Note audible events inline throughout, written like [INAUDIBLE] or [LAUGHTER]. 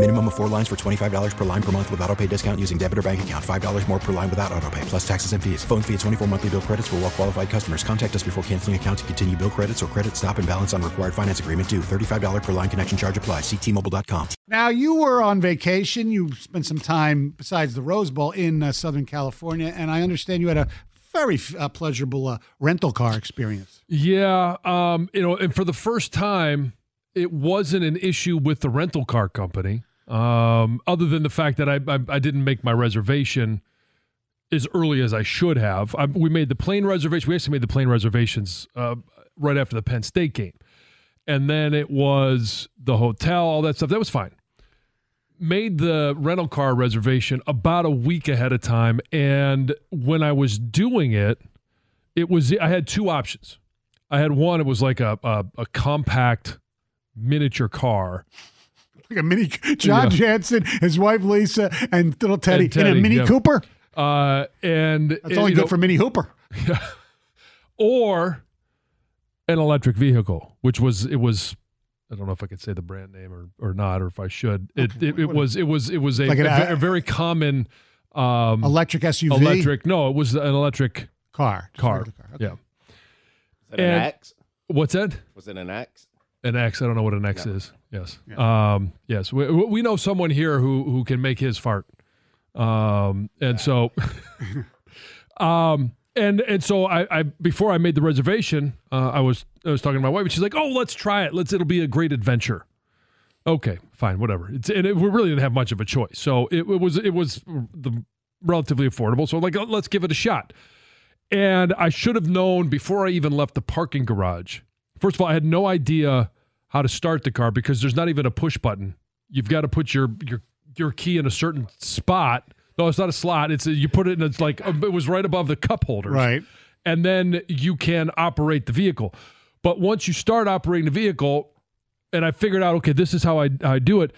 Minimum of four lines for $25 per line per month with auto pay discount using debit or bank account. $5 more per line without auto pay, plus taxes and fees. Phone fee at 24 monthly bill credits for all well qualified customers. Contact us before canceling account to continue bill credits or credit stop and balance on required finance agreement due. $35 per line connection charge applies. Ctmobile.com. Now, you were on vacation. You spent some time, besides the Rose Bowl, in uh, Southern California, and I understand you had a very uh, pleasurable uh, rental car experience. Yeah. Um, you know, and for the first time, it wasn't an issue with the rental car company. Um, other than the fact that I, I, I didn't make my reservation as early as I should have. I, we made the plane reservation. We actually made the plane reservations uh, right after the Penn State game, and then it was the hotel, all that stuff. That was fine. Made the rental car reservation about a week ahead of time, and when I was doing it, it was I had two options. I had one. It was like a, a, a compact miniature car like a [LAUGHS] mini John yeah. Jansen, his wife Lisa, and little Teddy, and Teddy in a Mini yeah. Cooper. Uh, and that's and, only good know, for Mini Hooper. Yeah. or an electric vehicle, which was it was. I don't know if I could say the brand name or, or not, or if I should. It okay. it, it was it was it was a, like an, a, a, very common um, electric SUV. Electric? No, it was an electric car. Car. car. Okay. Yeah. Is that and, an X? What's that? Was it an X? An X. I don't know what an X no. is. Yes. Yeah. Um, yes. We, we know someone here who who can make his fart. Um, and yeah. so, [LAUGHS] um, and and so I, I before I made the reservation, uh, I was I was talking to my wife, and she's like, "Oh, let's try it. Let's. It'll be a great adventure." Okay, fine, whatever. It's, and it, we really didn't have much of a choice, so it, it was it was the relatively affordable. So I'm like, uh, let's give it a shot. And I should have known before I even left the parking garage. First of all, I had no idea how to start the car because there's not even a push button. You've got to put your your your key in a certain spot. No, it's not a slot. It's a, you put it in. It's like um, it was right above the cup holders. Right. And then you can operate the vehicle. But once you start operating the vehicle, and I figured out, okay, this is how I, how I do it.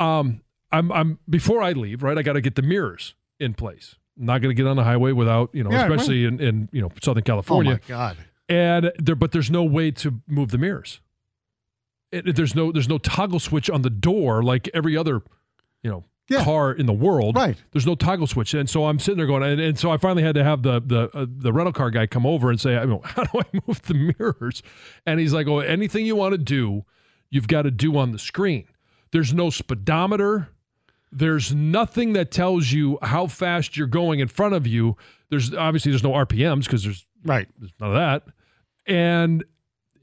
Um, I'm I'm before I leave, right? I got to get the mirrors in place. I'm not going to get on the highway without you know, yeah, especially right. in, in you know Southern California. Oh my God. And there, but there's no way to move the mirrors. It, there's no there's no toggle switch on the door like every other you know yeah. car in the world right there's no toggle switch and so i'm sitting there going and, and so i finally had to have the the uh, the rental car guy come over and say I mean, [LAUGHS] how do i move the mirrors and he's like oh anything you want to do you've got to do on the screen there's no speedometer there's nothing that tells you how fast you're going in front of you there's obviously there's no rpms because there's right there's none of that and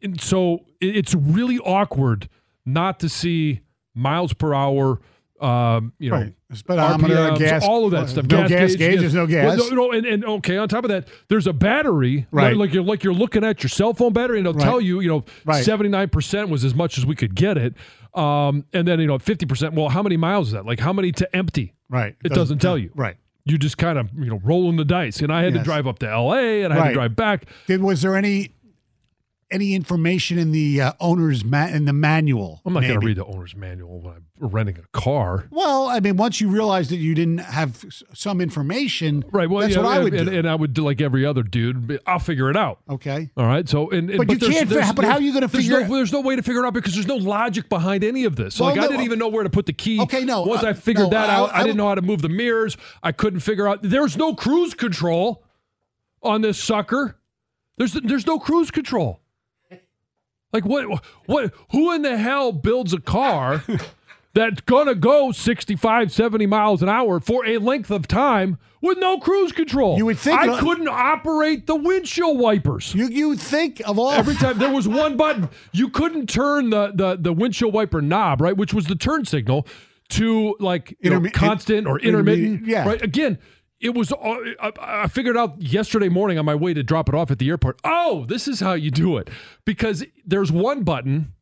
and so it's really awkward not to see miles per hour. Um, you know, right. speedometer, RPMs, gas, uh, all of that stuff. No gas, gas gauge, gauge, there's no gas. Well, no, no, and, and okay, on top of that, there's a battery, right? Like, like you're like you're looking at your cell phone battery, and it'll right. tell you, you know, seventy nine percent was as much as we could get it, um, and then you know, fifty percent. Well, how many miles is that? Like how many to empty? Right. It, it doesn't, doesn't, tell you. Right you just kind of you know rolling the dice. And I had yes. to drive up to L.A. and I had right. to drive back. Did was there any any information in the uh, owner's ma- in the manual? I'm not going to read the owner's manual when I'm renting a car. Well, I mean, once you realize that you didn't have s- some information, right? Well, that's yeah, what I and, would and, do, and I would do like every other dude. I'll figure it out. Okay. All right. So, and, and but, but, you there's, can't. There's, but how are you going to figure? No, there's no way to figure it out because there's no logic behind any of this. So, well, like, no, I didn't even know where to put the key. Okay. No. Once uh, I figured no, that I, out, I, I, I didn't know how to move the mirrors. I couldn't figure out. There's no cruise control on this sucker. There's there's no cruise control. Like what what who in the hell builds a car that's going to go 65, 70 miles an hour for a length of time with no cruise control. You would think I it- couldn't operate the windshield wipers. You you would think of all every time there was one button you couldn't turn the the the windshield wiper knob right, which was the turn signal to like you know, Intermi- constant or intermittent. intermediate, yeah. Right again. It was. all- I I figured out yesterday morning on my way to drop it off at the airport. Oh, this is how you do it, because there's one button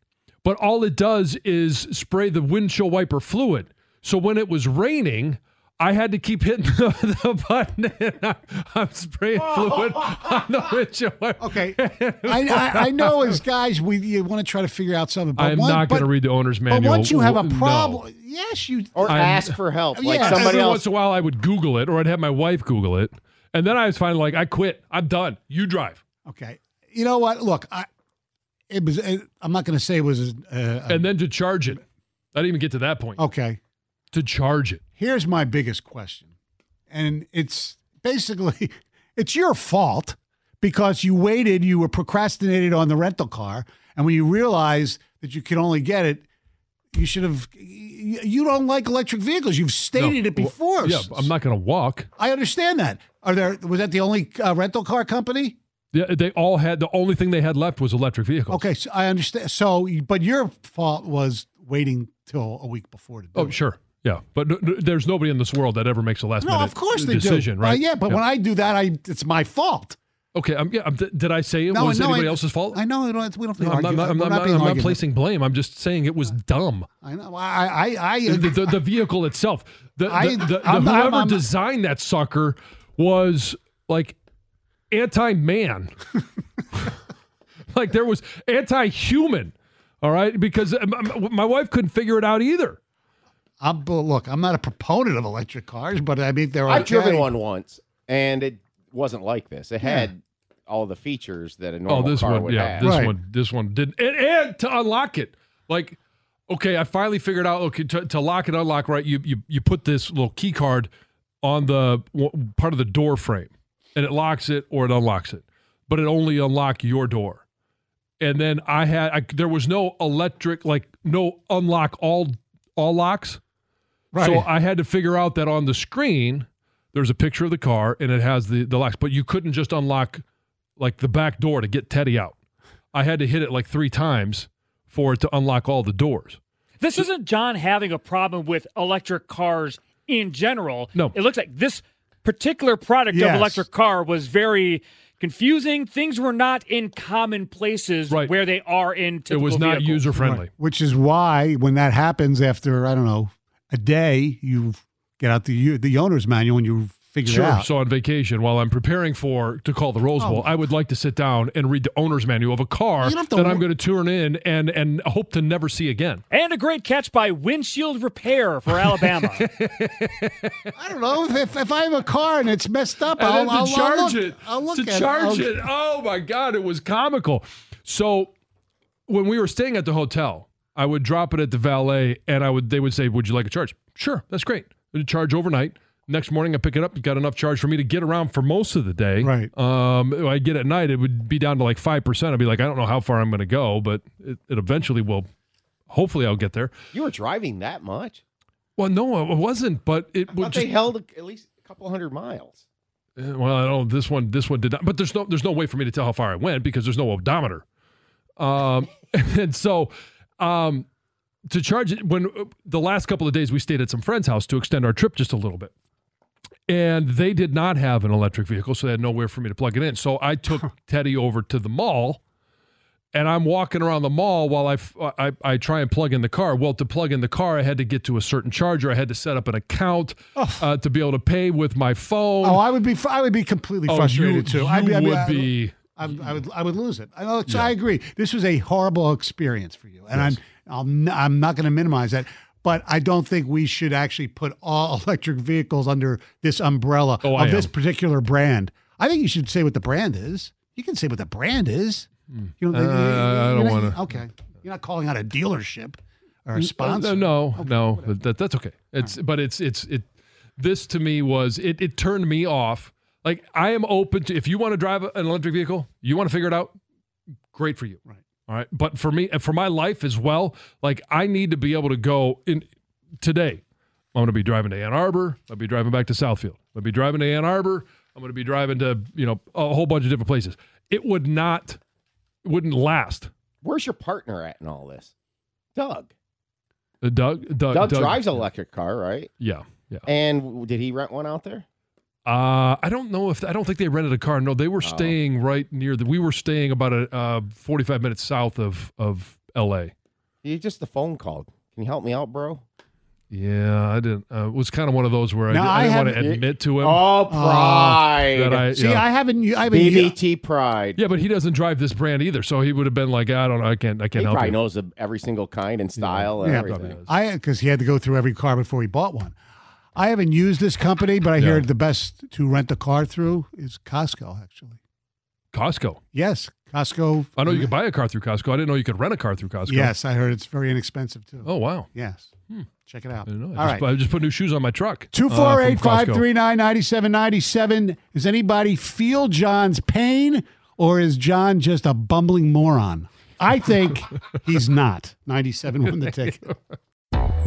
but all it does is spray the windshield wiper fluid. So when it was raining, I had to keep hitting [LAUGHS] the, the button, and I'm, I'm spraying [LAUGHS] fluid on the windshield wiper. [LAUGHS] Okay, I, I, I know as guys we you want to try to figure out something. But I'm one- not going to but- read the owner's But manual. once you have a No. problem, yes, you Or I'm- ask for help. Like Yeah. somebody Every else. once in a while, I would Google it, or I'd have my wife Google it, and then I was finally like, I quit. I'm done. You drive. Okay, you know what? Look, I it was. It, I'm not going to say it was. Uh, And then to charge it, I didn't even get to that point. okay, To charge it, here's my biggest question and it's basically [LAUGHS] it's your fault because you waited you were procrastinated on the rental car and when you realized that you could only get it you should have y- you don't like electric vehicles you've stated No. it before Yeah, I'm not going to walk. i understand that are there was that the only uh, rental car company Yeah, They all had the only thing they had left was electric vehicles. okay so i understand so but your fault was waiting till a week before to do Oh, it. sure. Yeah. But n- n- there's nobody in this world that ever makes a last no minute of course they decision, do right? Uh, yeah but when i do that i it's my fault Okay. I'm, yeah, I'm, th- did I say it was I- anybody else's fault? I know. We don't, we don't have to No, I'm argue. not, I'm We're not, I'm being not argumentative. placing blame. I'm just saying it was dumb. I know. I. I. I, The, the, [LAUGHS] the vehicle itself. The, the, I- the, the- I'm- I'm- whoever I'm- designed that sucker was like anti man. [LAUGHS] like there was anti human. All right. Because um, um, my wife couldn't figure it out either. I'm, but look, I'm not a proponent of electric cars, but I mean there are. I've driven one once, and it wasn't like this. It had all the features that a Oh, normal this car one, would yeah, have. this Right. one, this one did, and, and to unlock it, like, okay, I finally figured out. Okay, to, to lock and unlock, right? You you you put this little key card on the w- part of the door frame, and it locks it or it unlocks it, but it only unlock your door. And then I had I, there was no electric, like no unlock all all locks. Right. So I had to figure out that on the screen there's a picture of the car and it has the the locks, but you couldn't just unlock like the back door to get Teddy out. I had to hit it like three times for it to unlock all the doors. This isn't John having a problem with electric cars in general. No. It looks like this particular product Yes. of electric car was very confusing. Things were not in common places Right. where they are in typical it was not vehicles. user friendly. Which is why when that happens after I don't know a day, you get out the u- the owner's manual and you figure it Sure. out. Oh. So on vacation, while I'm preparing for to call the Rose Bowl, I would like to sit down and read the owner's manual of a car You don't have that to I'm wor- going to turn in and and hope to never see again. And a great catch by windshield repair for [LAUGHS] Alabama. [LAUGHS] I don't know if, if if I have a car and it's messed up, I'll, and then I'll, to I'll charge look, it. I'll look to at charge it. it. Oh my God, it was comical. So when we were staying at the hotel, I would drop it at the valet, and I would they would say, "Would you like a charge?" Sure, that's great. I'd charge overnight. Next morning, I pick it up. Got enough charge for me to get around for most of the day. Right. Um, I get at night, it would be down to like five percent. I'd be like, I don't know how far I'm going to go, but it, it eventually will. Hopefully, I'll get there. You were driving that much? Well, no, it wasn't, but it But would they just held a- at least a couple hundred miles. Uh, Well, I don't. This one, this one did not. But there's no, there's no way for me to tell how far I went because there's no odometer. Um, [LAUGHS] and so, um, to charge it when uh, the last couple of days we stayed at some friend's house to extend our trip just a little bit, and they did not have an electric vehicle, so they had nowhere for me to plug it in. So I took Teddy over to the mall, and I'm walking around the mall while I, f- I I try and plug in the car. Well, to plug in the car, I had to get to a certain charger. I had to set up an account uh, to be able to pay with my phone. Oh, I would be fr- I would be completely Oh, frustrated too. you- you I, mean- I mean, would I- be- I, I would I would lose it. I know. So I agree. This was a horrible experience for you, and I'm I'm n- I'm not going to minimize that. But I don't think we should actually put all [LAUGHS] electric vehicles under this umbrella Oh, of I this am. particular brand. I think you should say what the brand is. You can say what the brand is. You Uh, I you're don't not- wanna. Okay, you're not calling out a dealership or a N- uh, sponsor. No, no, that, that's okay. It's but it's it's it. This to me was it. It turned me off. Like I am open to if you want to drive an electric vehicle, you want to figure it out. Great for you. Right. All right. But for me, and for my life as well, like I need to be able to go in today, I'm going to be driving to Ann Arbor. I'll be driving back to Southfield. I'll be driving to Ann Arbor. I'm going to be driving to you know a whole bunch of different places. It would not, it wouldn't last. Where's your partner at in all this? Doug. Uh, Doug, Doug, Doug, drives an electric car, right? Yeah, yeah. And w- did he rent one out there? Uh, I don't know if I don't think they rented a car. No, they were Oh. staying right near the. We were staying about a uh, 45 minutes south of of L.A. You just the phone called. Can you help me out, bro? Yeah, I didn't. Uh, it was kind of one of those where I, No, did, I, I didn't want to haven't- admit to him. Oh, pride. that I, See, yeah. I haven't. I haven't. BBT Pride. Yeah, but he doesn't drive this brand either, so he would have been like, I don't know, I can't, I can't He help probably you. knows of every single kind and style and everything. I because he had to go through every car before he bought one. I haven't used this company, but I hear the best to rent a car through is Costco. Actually, Costco. yes, Costco. I know you could buy a car through Costco. I didn't know you could rent a car through Costco. Yes, I heard it's very inexpensive too. Oh wow. Yes. Check it out. I didn't know. I All just, right. I just put new shoes on my truck. uh, Two four from eight Costco. five three nine ninety seven ninety seven. Does anybody feel John's pain, or is John just a bumbling moron? [LAUGHS] I think he's not. Ninety seven won the ticket.